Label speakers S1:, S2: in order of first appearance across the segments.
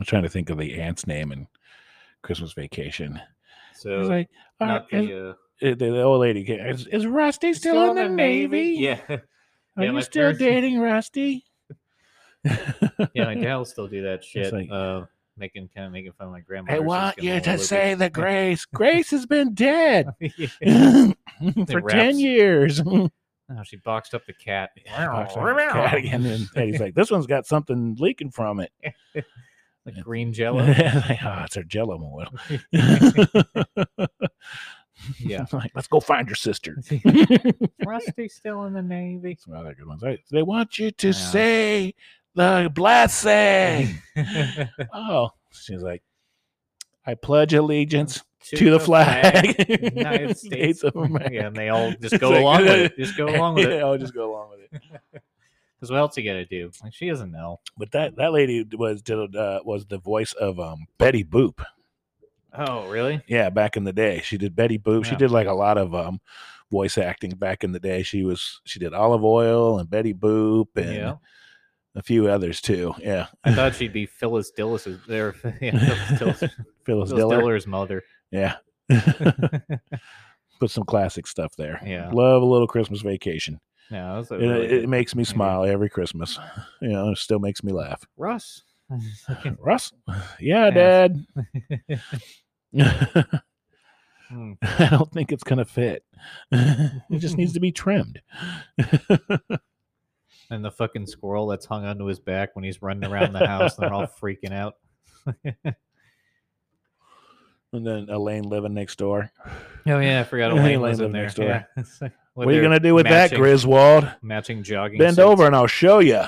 S1: I'm trying to think of the aunt's name and Christmas Vacation.
S2: So
S1: It's like, uh,
S2: Oh, not
S1: is,
S2: the, uh,
S1: uh, the, the old lady. came, Is, is Rusty still, in the Navy?
S2: Yeah,
S1: Are
S2: Yeah,
S1: you
S2: my
S1: still
S2: parents-
S1: dating Rusty?
S2: yeah. My dad will still do that shit.
S1: like-
S2: uh, making kind of making fun of my grandma.
S1: I
S2: or she's
S1: want
S2: getting
S1: you
S2: all
S1: to
S2: loopy.
S1: say the grace. Grace has been dead
S2: Yeah.
S1: for
S2: raps.
S1: ten years.
S2: oh, she boxed up the cat.
S1: Box on the cat again, and Eddie's like, "This one's got something leaking from it."
S2: like green
S1: Like,
S2: jello.
S1: oh, it's her Jello mold.
S2: Yeah.
S1: like, let's go find your sister.
S2: Rusty still in the Navy.
S1: Some other good ones. Right. They want you to
S2: Yeah.
S1: say the blessing. oh, she's like, I pledge allegiance to, the, flag,
S2: United States.
S1: of America.
S2: yeah, and they all just
S1: It's
S2: go
S1: like-
S2: along with it. Just go along with
S1: Yeah,
S2: it.
S1: I'll just go along with it.
S2: Because what else you gotta do? Like she doesn't know.
S1: But that that lady was did, uh, was the voice of um, Betty Boop.
S2: Oh, really?
S1: Yeah, back in the day, she did Betty Boop. She
S2: Yeah.
S1: did like a lot of um, voice acting back in the day. She was she did Olive Oil and Betty Boop and
S2: Yeah.
S1: a few others too. Yeah,
S2: I thought she'd be Phyllis Dillis's there. Yeah, Phyllis, Dillis,
S1: Phyllis
S2: Phyllis
S1: Diller.
S2: Diller's mother.
S1: Yeah, put some classic stuff there.
S2: Yeah.
S1: love a little Christmas vacation.
S2: No, that's a
S1: It,
S2: really
S1: it
S2: good-
S1: makes me
S2: movie.
S1: smile every Christmas. You know, it still makes me laugh.
S2: Russ.
S1: Russ, yeah,
S2: Yes.
S1: Dad.
S2: Hmm.
S1: I don't think it's gonna fit. it just needs to be trimmed.
S2: And the fucking squirrel that's hung onto his back when he's running around the house and they're all freaking out.
S1: And then Elaine living next door.
S2: Oh yeah, I
S1: Yeah,
S2: forgot Elaine
S1: Elaine
S2: was in
S1: lived
S2: there.
S1: next door.
S2: Yeah. It's like,
S1: What, are you
S2: they're
S1: gonna do with that,
S2: matching-
S1: Griswold?
S2: Matching jogging.
S1: Bend
S2: suits.
S1: over and I'll show you.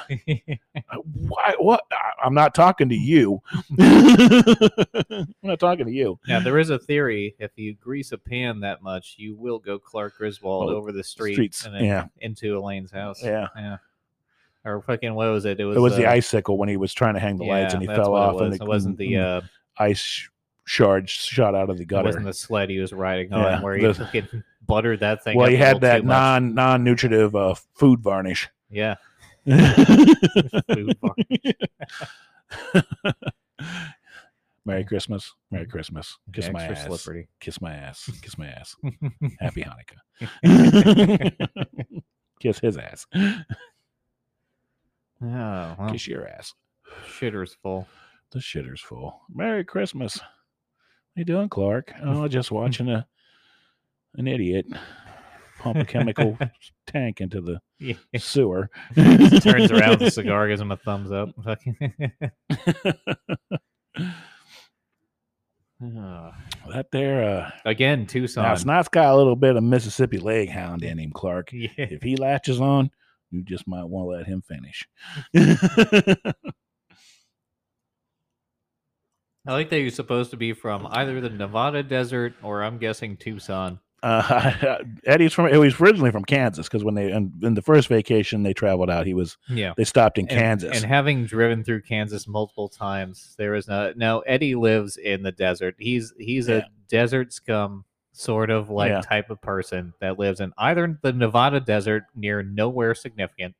S1: Why? What? I- I'm not talking to you. I'm not talking to you.
S2: now there is a theory: if you grease a pan that much, you will go Clark Griswold
S1: Oh,
S2: over the street
S1: streets,
S2: and then
S1: yeah.
S2: into Elaine's house.
S1: Yeah.
S2: yeah. Or fucking what was it? It was
S1: It was the
S2: uh,
S1: icicle when he was trying to hang the lights
S2: yeah,
S1: and he
S2: that's
S1: fell
S2: what
S1: off, and
S2: It, was.
S1: mm-hmm. mm.
S2: it wasn't the uh,
S1: ice sh- shard shot out of the
S2: it
S1: gutter.
S2: wasn't the sled he was riding on
S1: Yeah,
S2: where
S1: the-
S2: he fucking buttered that thing.
S1: well,
S2: up
S1: he
S2: a
S1: had
S2: little
S1: that
S2: too much.
S1: non non nutritive uh, food varnish.
S2: Yeah, food bar.
S1: Merry Christmas. Merry Christmas. Kiss my ass.
S2: extra slippery.
S1: Kiss my ass. Kiss my ass. Happy Hanukkah. Kiss his ass.
S2: Oh, well,
S1: Kiss your ass.
S2: shitter's full.
S1: The shitter's full. Merry Christmas. How you doing, Clark? Oh, just watching a an idiot pump a chemical tank into the
S2: Yeah.
S1: sewer.
S2: Turns around, the cigar gives him a thumbs up. Fucking. Ah.
S1: That there, uh,
S2: Again, Tucson.
S1: now Snot's got a little bit of Mississippi leg hound in him, Clark.
S2: yeah.
S1: if he latches on, you just might want to let him finish.
S2: I like that you're supposed to be from either the Nevada desert or I'm guessing Tucson.
S1: uh, Eddie's from he was originally from Kansas because when they in, in the first vacation they traveled out, he was
S2: Yeah.
S1: they stopped in
S2: And-
S1: Kansas.
S2: And having driven through Kansas multiple times, there is no no Eddie lives in the desert. He's he's
S1: Yeah.
S2: a desert scum sort of like
S1: Yeah.
S2: type of person that lives in either the Nevada desert near nowhere significant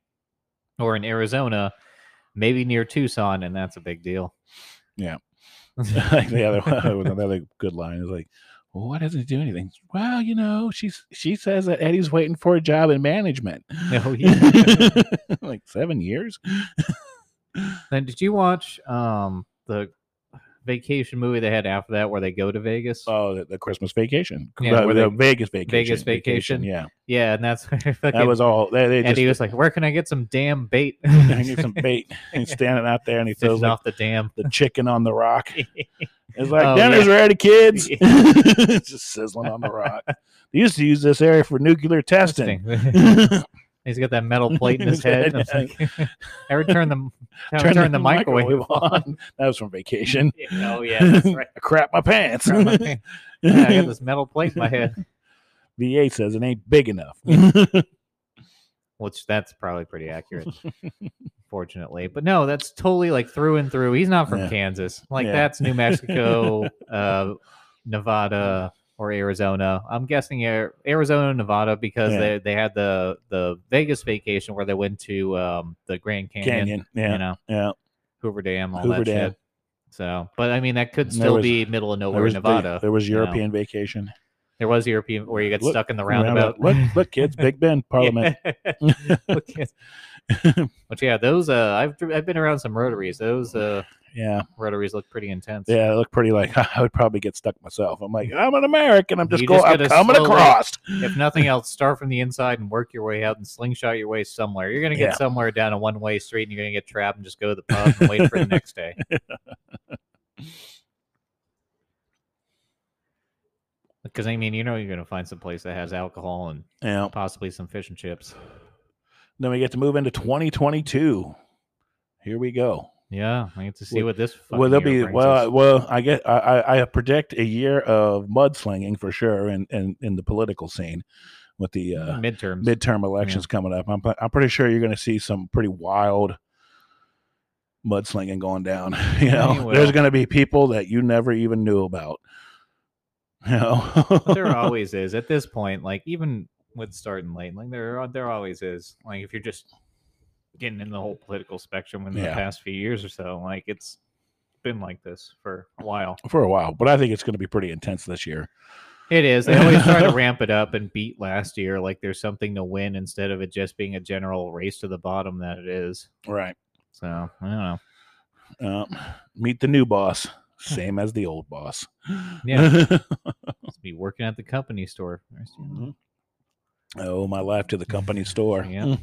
S2: or in Arizona, maybe near Tucson, and that's a big deal.
S1: Yeah. like the other one was another good line is like, well, why doesn't he do anything? Well, you know, she's she says that Eddie's waiting for a job in management.
S2: No, he-
S1: like seven years.
S2: Then did you watch um the vacation movie they had after that where they go to Vegas?
S1: Oh, the, the Christmas vacation,
S2: Yeah,
S1: Uh,
S2: where
S1: the
S2: they-
S1: Vegas vacation,
S2: Vegas vacation.
S1: Yeah,
S2: yeah, and that's where fucking,
S1: that was all. They, they
S2: and
S1: just
S2: he was like, "Where can I get some damn bait?"
S1: I need some bait. And he's standing out there and he
S2: Fishing
S1: throws like,
S2: off the dam.
S1: the chicken on the rock. It's like
S2: Oh,
S1: dinner's ready, kids.
S2: Yeah.
S1: It's Just sizzling on the rock. They used to use this area for nuclear testing.
S2: He's got that metal plate in his
S1: His
S2: head.
S1: head,
S2: and it's like, ever turn the ever turn, the, microwave, on?
S1: That was from vacation.
S2: oh yeah, that's right.
S1: I crap my pants.
S2: Crap, I think- yeah, I got this metal plate in my head,
S1: VA says it ain't big enough.
S2: which that's probably pretty accurate, fortunately. But no, that's totally like through and through. He's not from
S1: Yeah.
S2: Kansas. Like
S1: Yeah.
S2: that's New Mexico, uh, Nevada, or Arizona. I'm guessing Ar- Arizona, Nevada, because
S1: Yeah.
S2: they, they had the the Vegas vacation where they went to um, the Grand Canyon.
S1: Canyon. Yeah.
S2: You know,
S1: Yeah.
S2: Hoover Dam, all
S1: Hoover
S2: that
S1: Dam.
S2: shit. So, but I mean, that could
S1: There
S2: still
S1: was-
S2: be middle of
S1: there
S2: nowhere,
S1: was the-
S2: Nevada.
S1: there was
S2: you know.
S1: European vacation.
S2: There was European where you get
S1: Look,
S2: stuck in the roundabout.
S1: Roundabout. Look, look, kids, Big Ben Parliament.
S2: Yeah. Okay. but yeah, those uh, I've dri- I've been around some rotaries. Those uh,
S1: Yeah,
S2: rotaries look pretty intense.
S1: yeah, it looked pretty like I would probably get stuck myself. I'm like, I'm an American. I'm just
S2: You
S1: going.
S2: just
S1: I'm
S2: gotta
S1: coming
S2: slowly-
S1: across.
S2: If nothing else, start from the inside and work your way out and slingshot your way somewhere. You're gonna get
S1: Yeah.
S2: somewhere down a one way street and you're gonna get trapped and just go to the pub and wait for the next day. Because I mean, you know, you're gonna find some place that has alcohol and
S1: Yeah.
S2: possibly some fish and chips.
S1: Then we get to move into 2022. Here we go.
S2: Yeah, I get to see
S1: Well-
S2: what this.
S1: well,
S2: fucking
S1: there'll
S2: year
S1: be
S2: brings
S1: well,
S2: us.
S1: well. I guess I, I, I predict a year of mudslinging for sure, in, in, in the political scene with the uh,
S2: midterms.
S1: midterm elections coming up. I'm, I'm pretty sure you're going to see some pretty wild mudslinging going down. You
S2: Yeah,
S1: know,
S2: you
S1: there's
S2: will.
S1: going to be people that you never even knew about. You know,
S2: But there always is at this point. Like even with starting late, like there are- there always is. Like if you're just getting in the whole political spectrum in the
S1: Yeah.
S2: past few years or so, like it's been like this for a while.
S1: for a while, but I think it's going to be pretty intense this year.
S2: It is. They always try to ramp it up and beat last year. Like there's something to win instead of it just being a general race to the bottom that it is.
S1: Right.
S2: So I don't know.
S1: Um, meet the new boss, same as the old boss.
S2: Yeah. Just be working at the company store.
S1: oh, my life to the company store. Hmm.
S2: Yeah.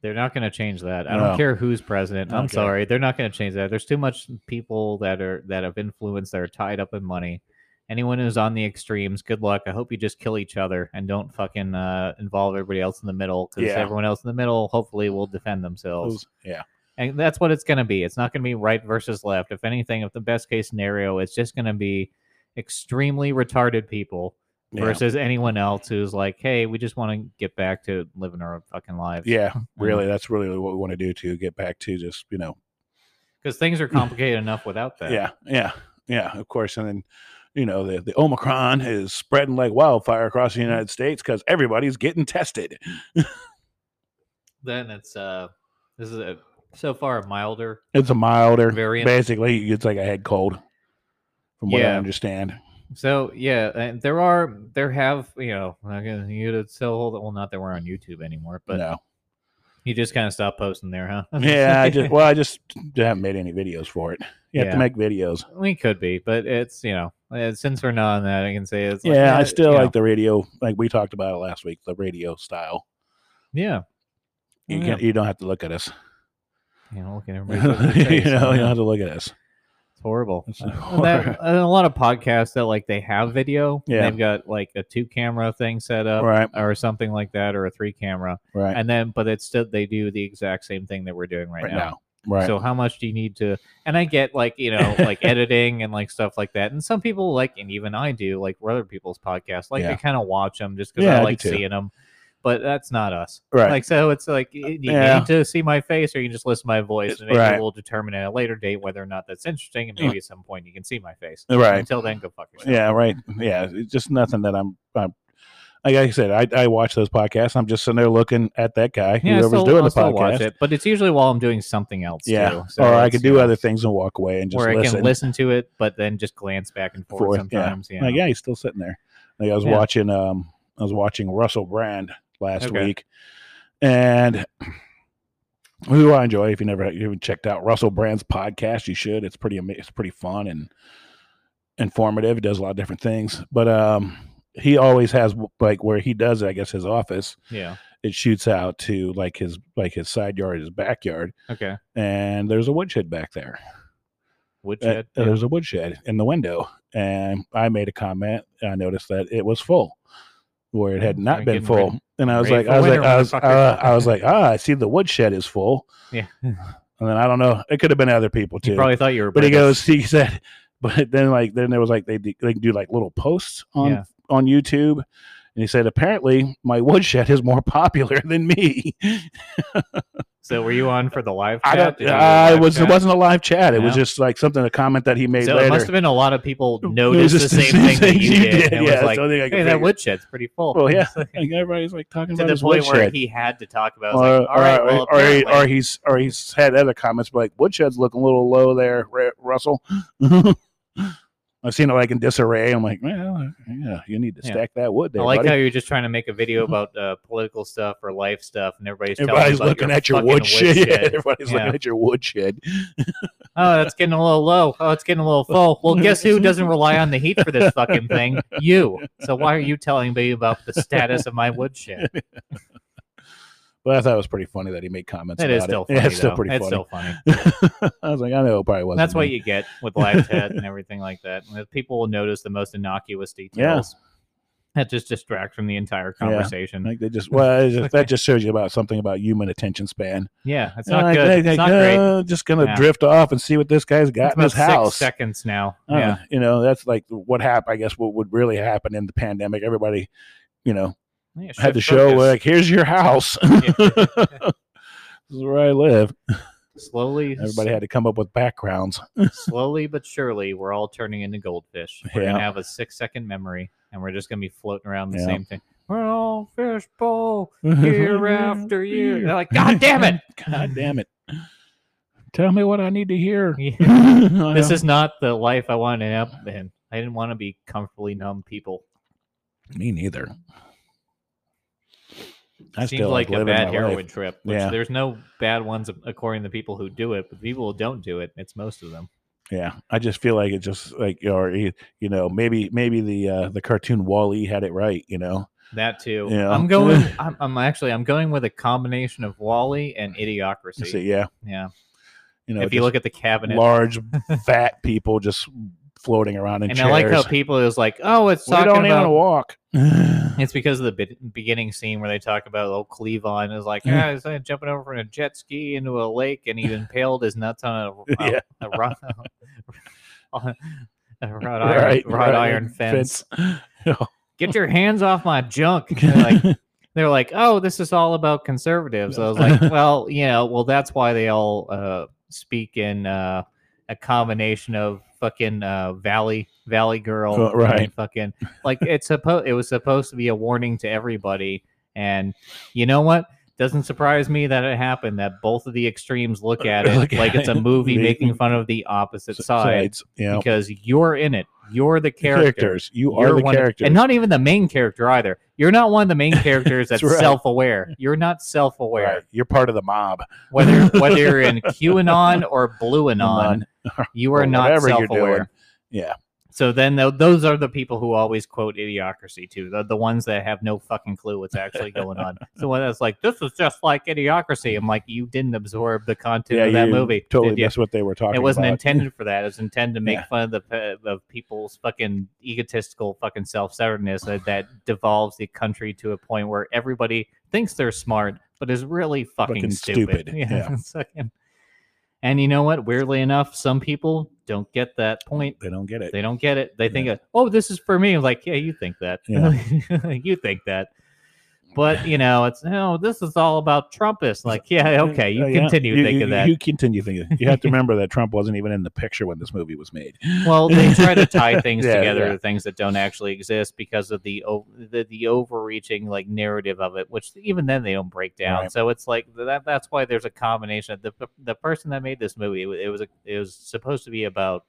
S2: They're not going to change that. I don't
S1: No.
S2: care who's president. I'm
S1: Okay.
S2: sorry. They're not going to change that. There's too much people that are that have influence that are tied up in money. Anyone who's on the extremes, good luck. I hope you just kill each other and don't fucking uh, involve everybody else in the middle because
S1: Yeah.
S2: everyone else in the middle hopefully will defend themselves.
S1: Yeah.
S2: And that's what it's going to be. It's not going to be right versus left. If anything, if the best case scenario, it's just going to be extremely retarded people
S1: Yeah.
S2: versus anyone else who's like, hey, we just want to get back to living our fucking lives.
S1: Yeah, Really, that's really what we want to do to get back to just, you know,
S2: because things are complicated enough without that.
S1: Yeah, yeah, yeah. Of course, and then you know the the Omicron is spreading like wildfire across the United States because everybody's getting tested.
S2: Then it's uh, this is a, so far a milder.
S1: It's a milder
S2: Variant.
S1: Basically, it's like a head cold, from what I
S2: Yeah.
S1: understand.
S2: So yeah, and there are there have you know like, uh, you to still hold it. Well, not that we're on YouTube anymore, but
S1: no,
S2: you just kind of stop posting there, huh?
S1: yeah, I just well, I just haven't made any videos for it. You have
S2: Yeah.
S1: to make videos.
S2: we could be, but it's you know uh, since we're not on that, I can say it's like,
S1: Yeah, I
S2: uh,
S1: still
S2: you
S1: like
S2: know,
S1: the radio, like we talked about it last week, the radio style.
S2: yeah.
S1: You
S2: Yeah.
S1: can you don't have to look at us.
S2: You know, look at
S1: you
S2: everybody's
S1: know,
S2: ugly
S1: you
S2: face,
S1: don't
S2: you know,
S1: have to look at us.
S2: it's horrible.
S1: It's
S2: Uh, that- and a lot of podcasts that like they have video. and
S1: Yeah.
S2: they've got like a two camera thing set up
S1: Right,
S2: or something like that, or a three camera.
S1: right,
S2: and then but it's still they do the exact same thing that we're doing right,
S1: right
S2: now.
S1: now, right.
S2: So how much do you need to? And I get like you know like editing and like stuff like that. And some people like, and even I do like for other people's podcasts. Like
S1: Yeah.
S2: I kind of watch them just because
S1: Yeah, I
S2: I
S1: do
S2: like
S1: too.
S2: seeing them. But that's not us.
S1: right.
S2: Like so, it's like you you
S1: Yeah.
S2: need to see my face, or you can just listen to my voice, and maybe
S1: Right.
S2: we'll determine at a later date whether or not that's interesting. And
S1: Yeah.
S2: maybe at some point you can see my face.
S1: Right.
S2: Until then, go fuck yourself.
S1: Yeah, right. Yeah, it's just nothing that I'm. I'm like I said, I, I watch those podcasts. I'm just sitting there looking at that guy,
S2: Yeah, I
S1: whoever's
S2: still,
S1: doing
S2: I'll
S1: the
S2: still watch
S1: podcast.
S2: it, but it's usually while I'm doing something else.
S1: yeah,
S2: too.
S1: or I
S2: it's,
S1: could
S2: you
S1: do
S2: know.
S1: other things and walk away and just
S2: where I
S1: listen.
S2: can listen to it, but then just glance back and forth,
S1: Forth, yeah.
S2: sometimes. Yeah.
S1: Like, yeah, he's still sitting there. Like I was
S2: Yeah.
S1: watching. Um, I was watching Russell Brand last
S2: Okay.
S1: week, and who I enjoy. If you never you haven't checked out Russell Brand's podcast, you should. It's pretty. ama- It's pretty fun and informative. It does a lot of different things, but um, he always has like where he does. I guess his office.
S2: yeah.
S1: it shoots out to like his like his side yard, his backyard,
S2: Okay.
S1: and there's a woodshed back there. Uh,
S2: Woodshed. yeah.
S1: There's a woodshed in the window, and I made a comment. And I noticed that it was full, where it had
S2: Mm,
S1: not
S2: you're
S1: been
S2: getting ready-
S1: full. and I was like,
S2: ready for
S1: I was like,
S2: winter,
S1: I was, uh,
S2: motherfucker.
S1: I was like, ah, I see the woodshed is full.
S2: Yeah.
S1: And then I don't know, it could have been other people
S2: You
S1: too.
S2: probably thought you were.
S1: but he
S2: British.
S1: goes, he said, but then like then there was like they do- they do like little posts on
S2: Yeah.
S1: on YouTube. And he said, apparently my woodshed is more popular than me.
S2: So were you on for the live?
S1: I
S2: Chat?
S1: don't.
S2: Did you do a
S1: I
S2: live
S1: was.
S2: chat?
S1: It wasn't a live chat. It was
S2: No?
S1: just like something a comment that he made
S2: So it must
S1: later.
S2: have been a lot of people
S1: was
S2: noticed the
S1: just the
S2: same
S1: same
S2: thing that
S1: things
S2: you
S1: you
S2: did.
S1: did,
S2: And it
S1: yeah,
S2: was like,
S1: so I think I can
S2: hey,
S1: figure
S2: that
S1: it-
S2: woodshed pretty full.
S1: Well, yeah.
S2: It's like-
S1: Like everybody's like talking
S2: to
S1: about
S2: the
S1: his
S2: point where
S1: woodshed.
S2: he had to talk about. It. I
S1: or,
S2: was like, all right,
S1: or,
S2: well,
S1: or, he, or
S2: apparently-
S1: he's or he's had other comments but like woodshed's looking a little low there Ra- russell i've seen it like in disarray i'm like well yeah you need to
S2: Yeah.
S1: stack that wood there
S2: I like
S1: buddy. Mm-hmm.
S2: how you're just trying to make a video about uh, political stuff or life stuff, and everybody's, telling you
S1: everybody's
S2: about
S1: looking at your
S2: fucking
S1: woodshed Yeah,
S2: woodshed.
S1: everybody's
S2: Yeah.
S1: looking at your woodshed
S2: oh, that's getting a little low. Oh, it's getting a little full. Well, guess who doesn't rely on the heat for this fucking thing? You. So why are you telling me about the status of my woodshed?
S1: but i thought it was pretty funny that he made comments
S2: That
S1: about
S2: is
S1: it.
S2: still
S1: Yeah,
S2: funny.
S1: it's still
S2: though.
S1: pretty
S2: It's
S1: funny
S2: still funny.
S1: i was like i know it probably wasn't
S2: That's what
S1: me.
S2: you get with live chat and everything like that. And the People will notice the most innocuous details. That just distract from the entire conversation. Yeah,
S1: like they just well it's just- that just shows you about something about human attention span
S2: it's not
S1: Like,
S2: good.
S1: they- like,
S2: it's not great.
S1: uh, just gonna
S2: Yeah.
S1: drift off and see what this guy's got
S2: It's
S1: in
S2: about
S1: his house
S2: six seconds now.
S1: Uh,
S2: yeah,
S1: You know, that's like what happened. I guess what would really happen in the pandemic. Everybody, you know,
S2: yeah
S1: had
S2: shift
S1: to show
S2: focus.
S1: like, here's your house. this is where I live.
S2: slowly.
S1: Everybody had to come up with backgrounds.
S2: slowly but surely, we're all turning into goldfish. We're
S1: Yeah.
S2: gonna have a six-second memory, and we're just gonna be floating around the
S1: Yeah.
S2: same thing. We're all fishbowl year after year. They're like, God damn it!
S1: God damn it. Tell me what I need to hear.
S2: Yeah.
S1: this
S2: this is not the life I wanted to have in. I didn't want to be comfortably numb people.
S1: me neither. I
S2: Seems
S1: still
S2: like, a
S1: living
S2: bad
S1: my
S2: heroin
S1: life.
S2: trip. Which
S1: Yeah.
S2: There's no bad ones according to people who do it, but people who don't do it, it's most of them.
S1: Yeah, I just feel like it just like or e, you know maybe maybe the uh the cartoon Wally had it right. You know,
S2: That too.
S1: Yeah.
S2: I'm going. I'm, I'm actually. I'm going with a combination of Wally and Idiocracy.
S1: so, yeah,
S2: Yeah.
S1: you know
S2: if you
S1: just-
S2: look at the cabinet,
S1: large, fat people just floating around in
S2: and
S1: chairs.
S2: I like how people is like, oh, it's
S1: we don't
S2: talking
S1: even
S2: about.
S1: walk.
S2: It's because of the be- beginning scene where they talk about old Cleavon is like,
S1: Yeah.
S2: ah, he's like jumping over in a jet ski into a lake and he impaled his nuts on a, a,
S1: Yeah.
S2: a, rod, on a rod iron,
S1: Right,
S2: wrought
S1: right,
S2: iron fence.
S1: fence.
S2: Get your hands off my junk. They're like, they're like, oh, this is all about conservatives. I was like, well, you know, well, that's why they all uh, speak in uh, a combination of fucking uh, Valley Valley Girl,
S1: Well, right.
S2: and Fucking like it's supposed it was supposed to be a warning to everybody, and you know what? Doesn't surprise me that it happened that both of the extremes look at it
S1: Look at
S2: like it's a
S1: it.
S2: movie
S1: The-
S2: making fun of the opposite side
S1: Sides, you know,
S2: because you're in it. You're the character.
S1: characters. You
S2: You're
S1: are the
S2: one of-
S1: characters.
S2: and not even the main character either. You're not one of the main characters that's
S1: That's right.
S2: self-aware. You're not
S1: Right,
S2: self-aware.
S1: You're part of the mob.
S2: Whether whether you're in QAnon or Blue Anon, you are
S1: Or
S2: not
S1: whatever you're
S2: self-aware.
S1: doing. Yeah.
S2: So then tho- those are the people who always quote idiocracy too. The, the ones that have no fucking clue what's actually going on. so when it's like this is just like idiocracy, I'm like you didn't absorb the content
S1: yeah,
S2: of that
S1: you
S2: movie.
S1: Totally,
S2: did you?
S1: that's what they were talking.
S2: It wasn't
S1: about.
S2: intended for that. It was intended to make
S1: Yeah.
S2: fun of the pe- of people's fucking egotistical fucking self centeredness that, that devolves the country to a point where everybody thinks they're smart but is really fucking,
S1: Fucking
S2: stupid.
S1: stupid, yeah.
S2: it's fucking- And you know what? Weirdly enough, some people don't get that point.
S1: They don't get it.
S2: They don't get it. They think, "Oh, this is for me." I'm like, "Yeah, you think that.
S1: Yeah.
S2: you think that." But you know, it's no. This is all about Trumpists. Like, yeah, okay, you
S1: Uh, yeah.
S2: continue
S1: You-
S2: thinking
S1: you-
S2: that.
S1: You continue thinking. You have to remember that Trump wasn't even in the picture when this movie was made.
S2: Well, they try to tie things
S1: Yeah,
S2: together
S1: yeah.
S2: to things that don't actually exist because of the, o- the the overreaching like narrative of it, which even then they don't break down.
S1: Right.
S2: So it's like that. That's why there's a combination. Of the the person that made this movie, it, wa- it was a, it was supposed to be about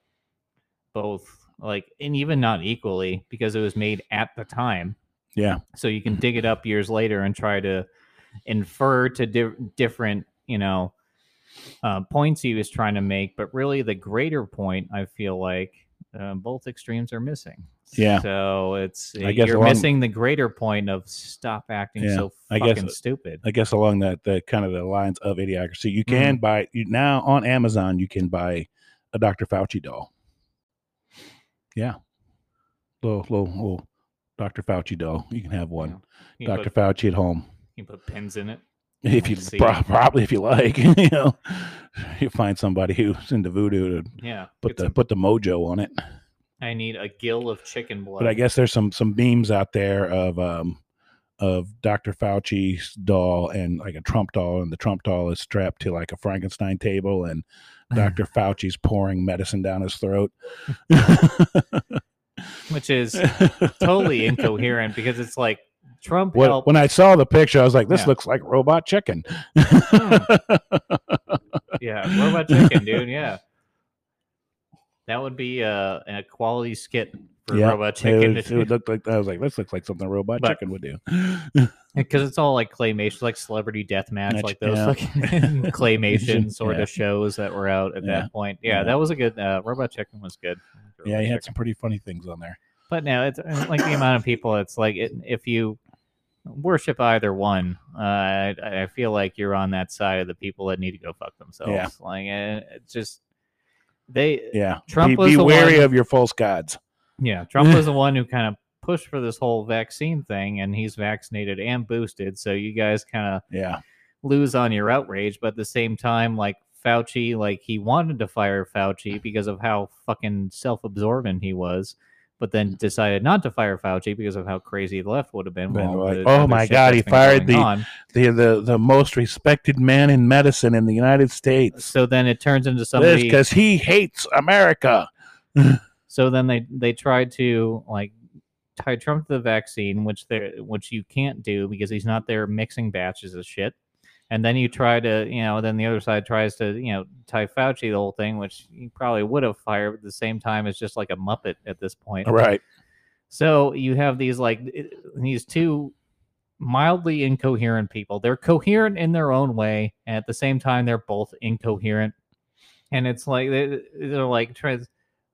S2: both, like, and even not equally because it was made at the time.
S1: Yeah.
S2: So you can dig it up years later and try to infer to di- different, you know, uh, points he was trying to make, but really the greater point I feel like uh, both extremes are missing.
S1: Yeah.
S2: So it's
S1: I guess
S2: you're
S1: along-
S2: missing the greater point of stop acting
S1: Yeah,
S2: so
S1: I
S2: fucking
S1: guess-
S2: stupid.
S1: I guess along that the kind of the lines of idiocracy, you
S2: Mm-hmm.
S1: can buy you now on Amazon. You can buy a Dr. Fauci doll. Yeah, little little, little Dr. Fauci doll. You can have one.
S2: You
S1: Dr.
S2: put,
S1: Fauci at home
S2: you put pins in it.
S1: if you
S2: See.
S1: pro- probably if you like. you know, you find somebody who's into voodoo to
S2: Yeah.
S1: put
S2: get
S1: the
S2: some-
S1: put the mojo on it.
S2: I need a gill of chicken blood.
S1: But I guess there's some some memes out there of um of Dr. Fauci's doll and like a Trump doll, and the Trump doll is strapped to like a Frankenstein table, and Dr. Fauci's pouring medicine down his throat.
S2: which is totally incoherent because it's like Trump
S1: When,
S2: helped.
S1: when I saw the picture, I was like, "This
S2: Yeah.
S1: looks like robot chicken."
S2: yeah, robot chicken, dude. Yeah, that would be uh, a quality skit for
S1: Yeah,
S2: robot
S1: it,
S2: chicken
S1: was- it would look like I was like, "This looks like something a robot
S2: But-
S1: chicken would do."
S2: because it's all like claymation, like celebrity death match,
S1: Match,
S2: like those
S1: yeah.
S2: fucking claymation sort
S1: Yeah.
S2: of shows that were out at
S1: Yeah,
S2: that point. Yeah,
S1: yeah.
S2: that was a good uh, robot chicken was good. I like
S1: yeah,
S2: Robot
S1: he
S2: Chicken.
S1: had some pretty funny things on there.
S2: But no, it's uh, like the amount of people. It's like it, if you worship either one, uh, I, I feel like you're on that side of the people that need to go fuck themselves.
S1: Yeah.
S2: Like eh, it's just they. Yeah,
S1: Yeah,
S2: Trump
S1: be,
S2: was
S1: be
S2: the
S1: wary
S2: one-
S1: of your false gods.
S2: Trump was the one who kind of pushed for this whole vaccine thing, and he's vaccinated and boosted. So you guys kind of
S1: Yeah,
S2: lose on your outrage, but at the same time, like. Fauci, like he wanted to fire Fauci because of how fucking self-absorbent he was, but
S1: Mm.
S2: then decided not to fire Fauci because of how crazy the left would have been.
S1: Then
S2: with all
S1: we're like,
S2: the
S1: "Oh
S2: other
S1: my
S2: shit
S1: God,
S2: that's
S1: he
S2: been
S1: fired
S2: going
S1: the-
S2: on."
S1: the the the most respected man in medicine in the United States.
S2: So then it turns into
S1: This
S2: somebody.
S1: because he hates America.
S2: So then they they tried to like tie Trump to the vaccine, which they which you can't do because he's not there mixing batches of shit. And then you try to, you know, then the other side tries to, you know, tie Fauci the whole thing, which you probably would have fired. But at the same time, it's just like a muppet at this point.
S1: Right.
S2: So you have these like i- these two mildly incoherent people. They're coherent in their own way, and at the same time, they're both incoherent. And it's like they, they're like trying to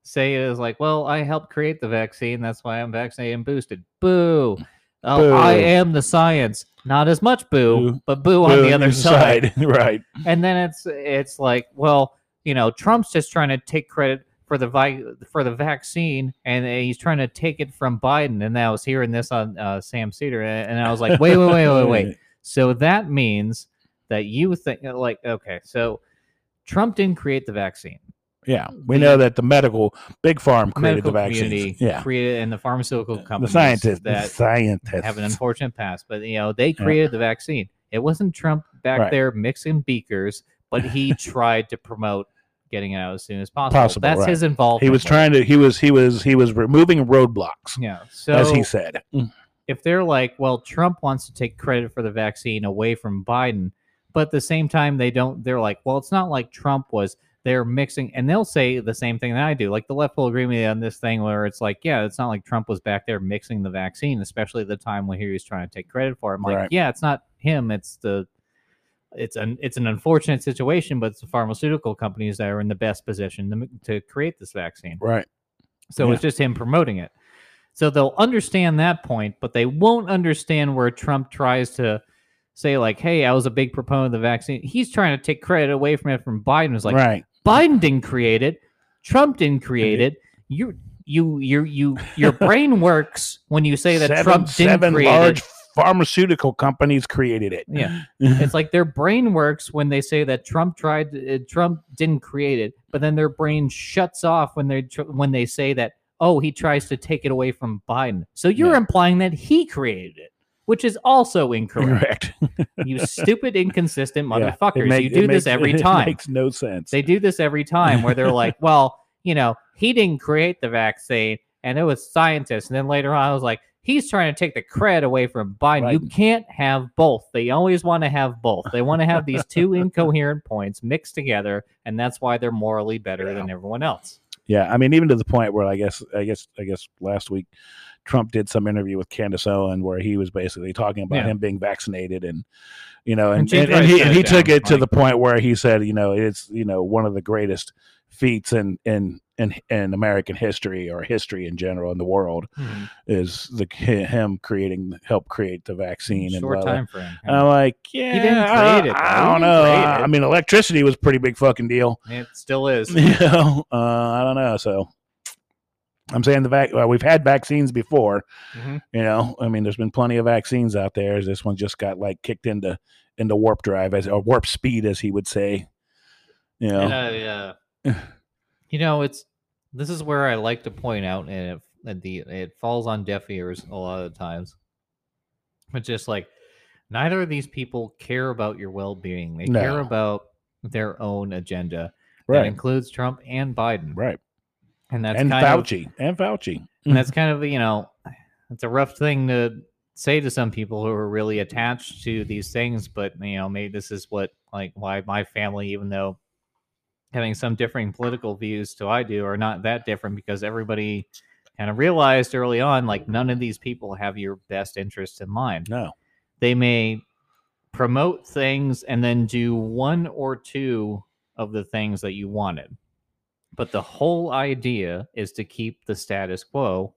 S2: say it is like, well, I helped create the vaccine, that's why I'm vaccinated and boosted. Boo. Oh, I
S1: Boo.
S2: am the science. Not as much boo,
S1: Boo.
S2: but boo, on the other side
S1: right.
S2: and then it's it's like well you know trump's just trying to take credit for the vi- for the vaccine and he's trying to take it from biden and i was hearing this on uh, sam cedar and i was like wait wait wait wait wait so that means that you think uh, like okay so trump didn't create the vaccine
S1: Yeah, we
S2: The-
S1: know that the medical big farm created
S2: medical
S1: the vaccine.
S2: community
S1: Yeah,
S2: created and the pharmaceutical
S1: the
S2: companies
S1: scientists, the
S2: that
S1: scientists.
S2: have an unfortunate past, but you know they created the vaccine. It wasn't Trump back
S1: Right.
S2: there mixing beakers, but he tried to promote getting it out as soon as possible.
S1: Possible,
S2: That's
S1: right.
S2: his involvement.
S1: he was
S2: with it.
S1: trying to. He was. He was. He was removing roadblocks,
S2: Yeah. So hmm.
S1: as he said.
S2: if they're like, well, Trump wants to take credit for the vaccine away from Biden, but at the same time, they don't, they're like, well, it's not like Trump was. They're mixing, and they'll say the same thing that I do. Like the left will agree with me on this thing where it's like, yeah, it's not like Trump was back there mixing the vaccine, especially at the time when he was trying to take credit for it. I'm like,
S1: Right.
S2: yeah, it's not him. It's the, it's an it's an unfortunate situation, but it's the pharmaceutical companies that are in the best position to, m- to create this vaccine.
S1: Right.
S2: So it's just him promoting it. So they'll understand that point, but they won't understand where Trump tries to say, like, hey, I was a big proponent of the vaccine. He's trying to take credit away from it from Biden. It's like
S1: right.
S2: Biden didn't create it. Trump didn't create it. You you you you your brain works when you say that
S1: seven,
S2: Trump didn't
S1: seven
S2: create
S1: large
S2: it.
S1: pharmaceutical companies created it.
S2: Yeah. It's like their brain works when they say that Trump tried uh, Trump didn't create it, but then their brain shuts off when they tr- when they say that oh he tries to take it away from Biden. So you're
S1: Yeah.
S2: implying that he created it, which is also incorrect.
S1: Correct.
S2: you stupid inconsistent
S1: Yeah. It
S2: motherfuckers.
S1: make-
S2: you
S1: it
S2: do this
S1: makes-
S2: every
S1: it
S2: time.
S1: makes no sense.
S2: They do this every time where they're like, well, you know, he didn't create the vaccine and it was scientists. And then later on, I was like, he's trying to take the credit away from Biden. You
S1: Right.
S2: can't have both. They always want to have both. They want to have these two incoherent points mixed together. And that's why they're morally better than everyone else.
S1: Yeah, I mean, even to the point where I guess, I guess, I guess, last week Trump did some interview with Candace Owen where he was basically talking about
S2: Yeah.
S1: him being vaccinated, and you know, and
S2: And she
S1: and,
S2: tried
S1: and
S2: to
S1: he,
S2: shut
S1: and he
S2: it
S1: took
S2: down,
S1: it to
S2: like-
S1: the point where he said, you know, it's you know one of the greatest feats in in in, in American history or history in general in the world is the him creating help create the vaccine and
S2: Short
S1: blah, blah.
S2: time frame.
S1: And I'm like, yeah,
S2: didn't
S1: I-
S2: create it,
S1: I,
S2: though. He
S1: don't
S2: didn't
S1: know.
S2: create
S1: I,
S2: it.
S1: I mean, electricity was a pretty big fucking deal
S2: It still is.
S1: you know, uh, I don't know. So I'm saying the vac. Well, we've had vaccines before.
S2: Mhm.
S1: You know, I mean, there's been plenty of vaccines out there. This one just got like kicked into into warp drive as or warp speed, as he would say. You know,
S2: And I, uh, you know, it's this is where I like to point out, and it, and the it falls on deaf ears a lot of the times. But just like neither of these people care about your well being. They
S1: No.
S2: care about their own agenda. That
S1: Right.
S2: includes Trump and Biden.
S1: Right.
S2: And that's
S1: and
S2: kind of
S1: Fauci. and Fauci.
S2: and that's kind of you know it's a rough thing to say to some people who are really attached to these things but you know maybe this is what like why my family even though having some differing political views to i do are not that different because everybody kind of realized early on like none of these people have your best interests in mind
S1: No.
S2: they may promote things and then do one or two of the things that you wanted. But the whole idea is to keep the status quo.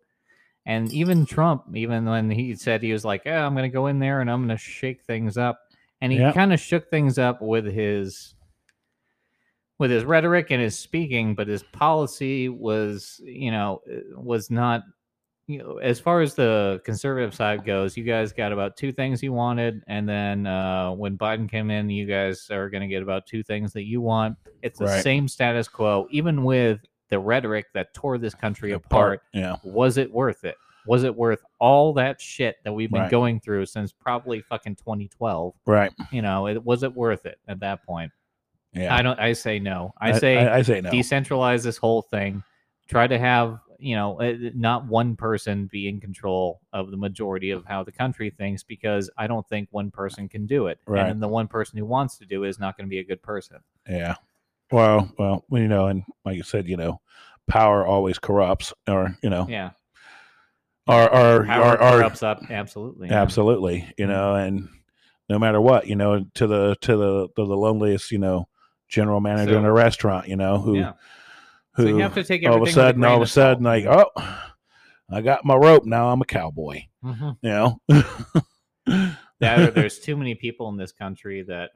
S2: And even Trump, even when he said he was like, "Eh, I'm going to go in there and I'm going to shake things up. And he
S1: Yeah.
S2: kind of shook things up with his with his rhetoric and his speaking, but his policy was, you know, was not you know, as far as the conservative side goes, you guys got about two things you wanted, and then uh, when Biden came in, you guys are going to get about two things that you want. It's the
S1: Right.
S2: same status quo, even with the rhetoric that tore this country apart.
S1: Yeah.
S2: Was it worth it? Was it worth all that shit that we've been
S1: Right.
S2: going through since probably fucking 2012?
S1: Right.
S2: You know, it was it worth it at that point?
S1: Yeah.
S2: I don't. I say no. I, say
S1: I, I say no.
S2: decentralize this whole thing try to have you know uh, not one person be in control of the majority of how the country thinks because i don't think one person can do it
S1: Right.
S2: and then the one person who wants to do it is not going to be a good person
S1: Yeah. Well, well, well, you know, and like you said, you know, power always corrupts, or you know,
S2: yeah
S1: or or
S2: power
S1: or, or
S2: corrupts up absolutely yeah.
S1: absolutely,
S2: Mm-hmm.
S1: you know, and no matter what, you know, to the to the to the loneliest, you know, general manager in
S2: So-
S1: a restaurant, you know, who
S2: Yeah.
S1: who
S2: so you have to take
S1: all
S2: everything
S1: of a
S2: with
S1: sudden,
S2: grain
S1: all of a
S2: salt.
S1: sudden, like, oh, I got my rope now, I'm a cowboy,
S2: Mhm.
S1: you know.
S2: that or there's too many people in this country that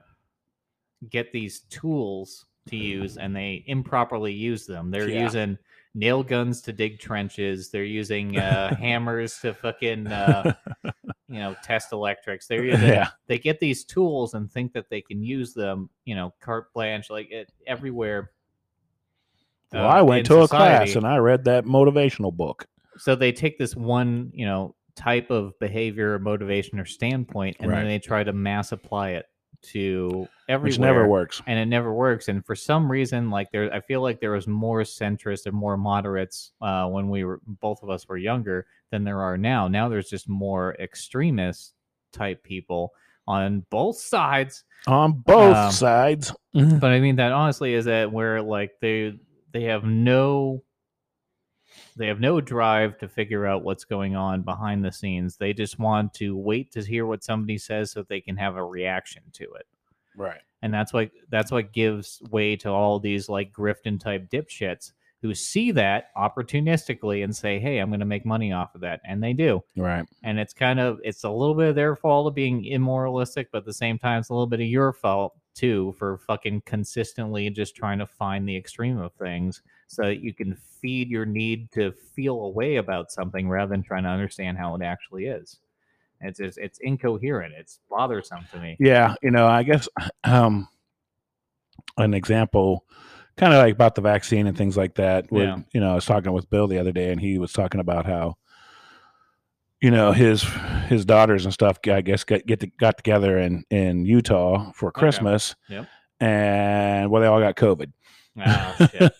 S2: get these tools to use and they improperly use them. They're
S1: Yeah.
S2: using nail guns to dig trenches. They're using uh, hammers to fucking uh, you know test electrics. They're using,
S1: yeah,
S2: they get these tools and think that they can use them. You know, carte blanche like it, everywhere.
S1: well,
S2: uh,
S1: I went
S2: in
S1: to a class
S2: society.
S1: and I read that motivational book.
S2: so they take this one you know type of behavior or motivation or standpoint and
S1: Right.
S2: then they try to mass apply it to everywhere
S1: Which never works.
S2: and it never works. And for some reason, like there, I feel like there was more centrists and more moderates uh, when we were both of us were younger than there are now. Now there's just more extremist type people on both sides.
S1: On both
S2: Um, mm-hmm.
S1: sides.
S2: But I mean that honestly is that where like they they have no they have no drive to figure out what's going on behind the scenes. They just want to wait to hear what somebody says so they can have a reaction to it
S1: Right.
S2: and that's what that's what gives way to all these like Grifton type dipshits who see that opportunistically and say, "Hey, I'm going to make money off of that," and they do.
S1: Right.
S2: And it's kind of it's a little bit of their fault of being immoralistic, but at the same time, it's a little bit of your fault too for fucking consistently just trying to find the extreme of things so that you can feed your need to feel a way about something rather than trying to understand how it actually is. It's it's, it's incoherent. It's bothersome to me.
S1: Yeah. You know, I guess um, an example, kind of like about the vaccine and things like that. Would,
S2: Yeah.
S1: You know, I was talking with Bill the other day, and he was talking about how, you know, his his daughters and stuff. I guess get get to, got together in in Utah for Christmas.
S2: Yep.
S1: And well, they all got COVID,
S2: Ah, shit.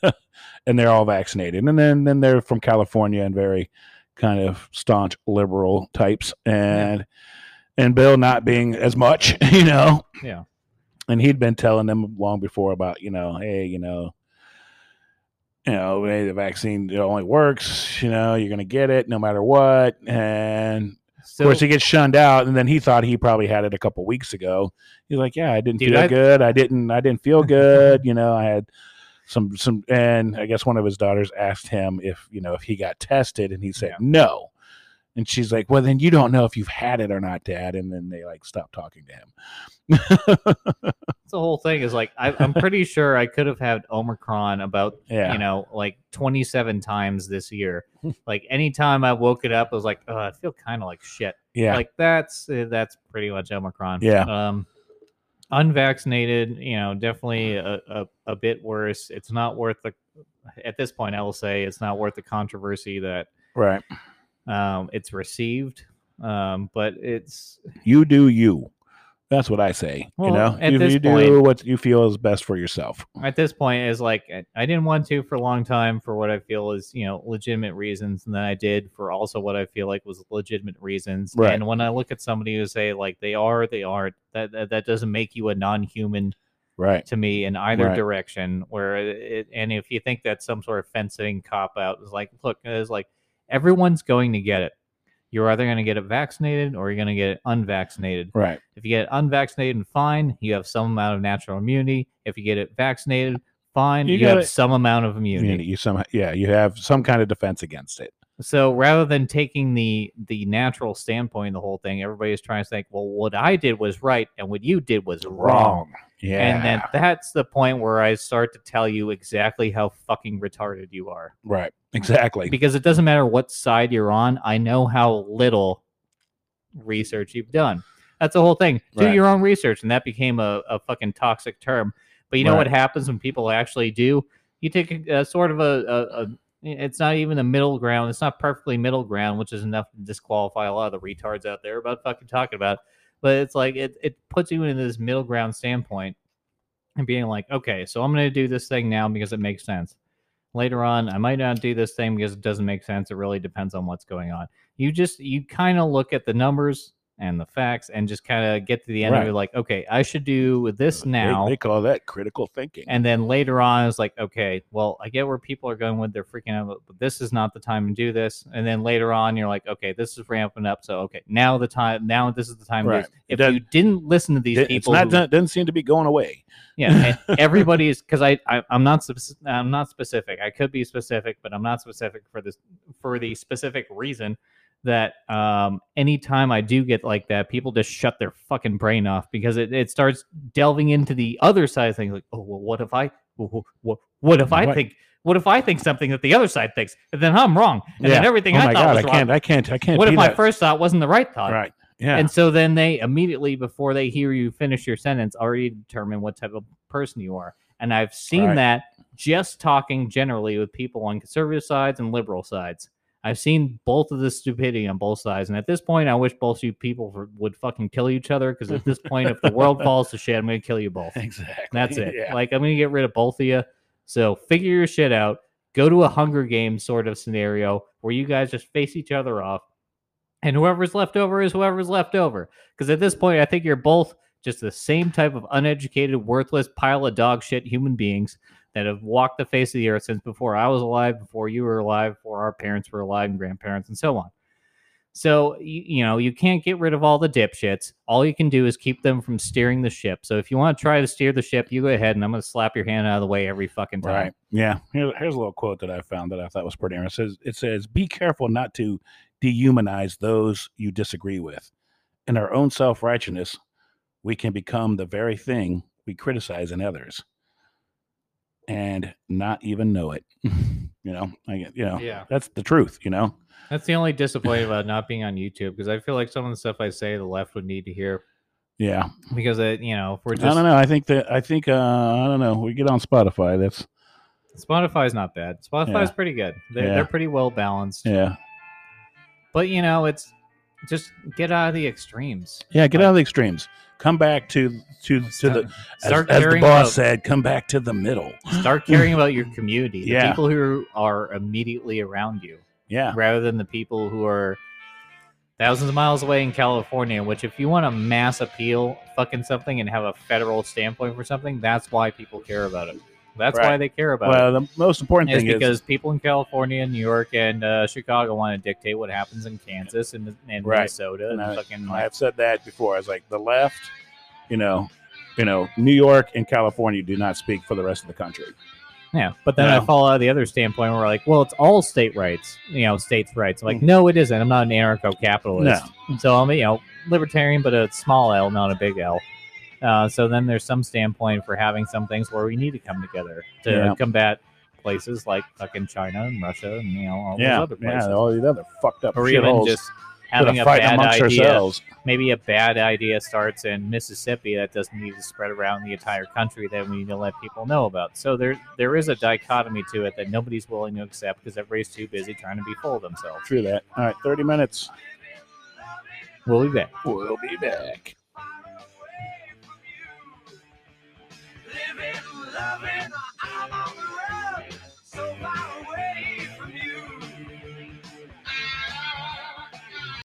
S1: and they're all vaccinated. And then then they're from California and very kind of staunch liberal types, and and Bill not being as much, you know.
S2: Yeah.
S1: And he'd been telling them long before about you know, hey, you know. You know, hey, the vaccine it only works. You know, you're gonna get it no matter what. And
S2: So,
S1: of course, he gets shunned out, and then he thought he probably had it a couple weeks ago. He's like, "Yeah, I didn't
S2: Dude,
S1: feel
S2: I-
S1: good. I didn't. I didn't feel good. you know, I had some some." And I guess one of his daughters asked him if you know if he got tested, and he said
S2: Yeah.
S1: no. And she's like, "Well, then you don't know if you've had it or not, Dad." And then they like stopped talking to him.
S2: That's the whole thing is like I, I'm pretty sure I could have had Omicron about
S1: Yeah,
S2: you know like 27 times this year. like anytime I woke it up, I was like, oh, I feel kind of like shit.
S1: yeah,
S2: Like that's uh, that's pretty much Omicron.
S1: Yeah.
S2: Um, unvaccinated, you know, definitely a, a, a bit worse. It's not worth the. At this point, I will say it's not worth the controversy that
S1: right,
S2: um, it's received. Um, but it's
S1: You do you. That's what I say.
S2: Well,
S1: you know,
S2: at
S1: you,
S2: this
S1: you do
S2: point-
S1: what you feel is best for yourself.
S2: at this point is like I- I didn't want to for a long time for what I feel is you know legitimate reasons, and then I did for also what I feel like was legitimate reasons.
S1: Right.
S2: And when I look at somebody who say like they are, they aren't, that that, that doesn't make you a non-human
S1: Right.
S2: to me in either
S1: Right.
S2: direction. Where it, and if you think that's some sort of fencing cop out, it's like look, it's like everyone's going to get it. You're either going to get it vaccinated or you're going to get it unvaccinated.
S1: Right.
S2: If you get it unvaccinated, and fine, you have some amount of natural immunity. If you get it vaccinated, fine,
S1: You
S2: you,
S1: got
S2: have
S1: it.
S2: some amount of
S1: You,
S2: immunity.
S1: you somehow, yeah, you have some kind of defense against it.
S2: So rather than taking the the natural standpoint of the whole thing, everybody's trying to think, well, what I did was right and what you did was wrong.
S1: Yeah.
S2: And then that's the point where I start to tell you exactly how fucking retarded you are.
S1: right. Exactly.
S2: Because it doesn't matter what side you're on, I know how little research you've done. That's the whole thing. Do
S1: Right.
S2: your own research. And that became a, a fucking toxic term. But you know
S1: Right.
S2: what happens when people actually do? You take a, a sort of a, a, a, it's not even a middle ground. It's not perfectly middle ground, which is enough to disqualify a lot of the retards out there about fucking talking about. But it's like, it, it puts you into this middle ground standpoint and being like, okay, so I'm going to do this thing now because it makes sense. Later on, I might not do this thing because it doesn't make sense. It really depends on what's going on. You just, you kind of look at the numbers and the facts and just kind of get to the end
S1: Right.
S2: and you're like, okay, I should do this
S1: They-
S2: now.
S1: they, call that critical thinking.
S2: And then later on, it's like, okay, well, I get where people are going with they're freaking out, but this is not the time to do this. And then later on, you're like, okay, this is ramping up. So okay, now the time, now this is the time. to do
S1: Right.
S2: this.
S1: It
S2: If
S1: does-
S2: you didn't listen to these
S1: It- it's
S2: people,
S1: not
S2: who-
S1: doesn't- doesn't seem to be going away.
S2: yeah, and everybody is because I, I I'm not spec- I'm not specific. I could be specific, but I'm not specific for this for the specific reason that um anytime I do get like that, people just shut their fucking brain off because it, it starts delving into the other side of things. Like, oh well, what if I what what, what if I
S1: Right.
S2: think what if I think something that the other side thinks, and then I'm wrong, and then
S1: Yeah.
S2: everything
S1: oh
S2: I
S1: my
S2: thought
S1: god, I
S2: was
S1: can't,
S2: wrong.
S1: I can't, I can't.
S2: What if
S1: do
S2: my
S1: that.
S2: first thought wasn't the right thought?
S1: Right. Yeah.
S2: And so then they immediately, before they hear you finish your sentence, already determine what type of person you are. And I've seen
S1: Right.
S2: that just talking generally with people on conservative sides and liberal sides. I've seen both of the stupidity on both sides. And at this point, I wish both you people for, would fucking kill each other because at this point, if the world falls to shit, I'm going to kill you both.
S1: exactly.
S2: That's it.
S1: Yeah.
S2: Like, I'm going to get rid of both of you. So figure your shit out. Go to a Hunger Games sort of scenario where you guys just face each other off. And whoever's left over is whoever's left over. Because at this point, I think you're both just the same type of uneducated, worthless pile of dog shit human beings that have walked the face of the earth since before I was alive, before you were alive, before our parents were alive and grandparents and so on. So, you, you know, you can't get rid of all the dipshits. All you can do is keep them from steering the ship. So, if you want to try to steer the ship, you go ahead and I'm going to slap your hand out of the way every fucking time.
S1: Right. Yeah. Here, here's a little quote that I found that I thought was pretty interesting. It says, it says, Be careful not to dehumanize those you disagree with. In our own self righteousness, we can become the very thing we criticize in others and not even know it. you know, I get, you know,
S2: Yeah.
S1: that's the truth, you know?
S2: That's the only disappointment about not being on YouTube because I feel like some of the stuff I say the left would need to hear
S1: Yeah.
S2: because, it, you know, if we're
S1: I
S2: just
S1: don't know. I think that, I think, uh, I don't know. We get on Spotify. That's,
S2: Spotify's not bad. Spotify's pretty good. They're,
S1: Yeah.
S2: they're pretty well balanced.
S1: yeah.
S2: But you know, it's just get out of the extremes.
S1: Yeah. Get out of the extremes. Come back to, to, to the, as,
S2: start
S1: as the
S2: caring
S1: boss
S2: about-
S1: said, come back to the middle.
S2: start caring about your community, the
S1: Yeah.
S2: people who are immediately around you,
S1: Yeah,
S2: rather than the people who are thousands of miles away in California. Which, if you want a mass appeal, fucking something, and have a federal standpoint for something, that's why people care about it. That's
S1: Right.
S2: why they care about it.
S1: well, the most important
S2: is
S1: thing
S2: because
S1: is
S2: people in California, New York, and uh, Chicago want to dictate what happens in Kansas and, and
S1: Right.
S2: Minnesota and,
S1: And I-
S2: fucking
S1: and I've said that before. I was like, the left, you know, you know, New York and California do not speak for the rest of the country.
S2: yeah. But then
S1: No.
S2: I follow the other standpoint where like, well, it's all state rights, you know, states' rights. I'm
S1: Mm.
S2: like, no, it isn't. I'm not an anarcho-capitalist, so I'm you know libertarian, but a small L, not a big L. Uh, so then there's some standpoint for having some things where we need to come together to
S1: Yeah.
S2: combat places like fucking China and Russia and you know all
S1: yeah,
S2: those other places,
S1: yeah, all these other fucked up
S2: or even
S1: shitholes.
S2: just
S1: Gotta
S2: having a
S1: fight
S2: bad
S1: amongst
S2: idea.
S1: ourselves.
S2: maybe a bad idea starts in Mississippi that doesn't need to spread around the entire country that we need to let people know about. So there there is a dichotomy to it that nobody's willing to accept because everybody's too busy trying to be full of themselves.
S1: True that. All right, thirty minutes.
S2: We'll be back.
S1: We'll be back.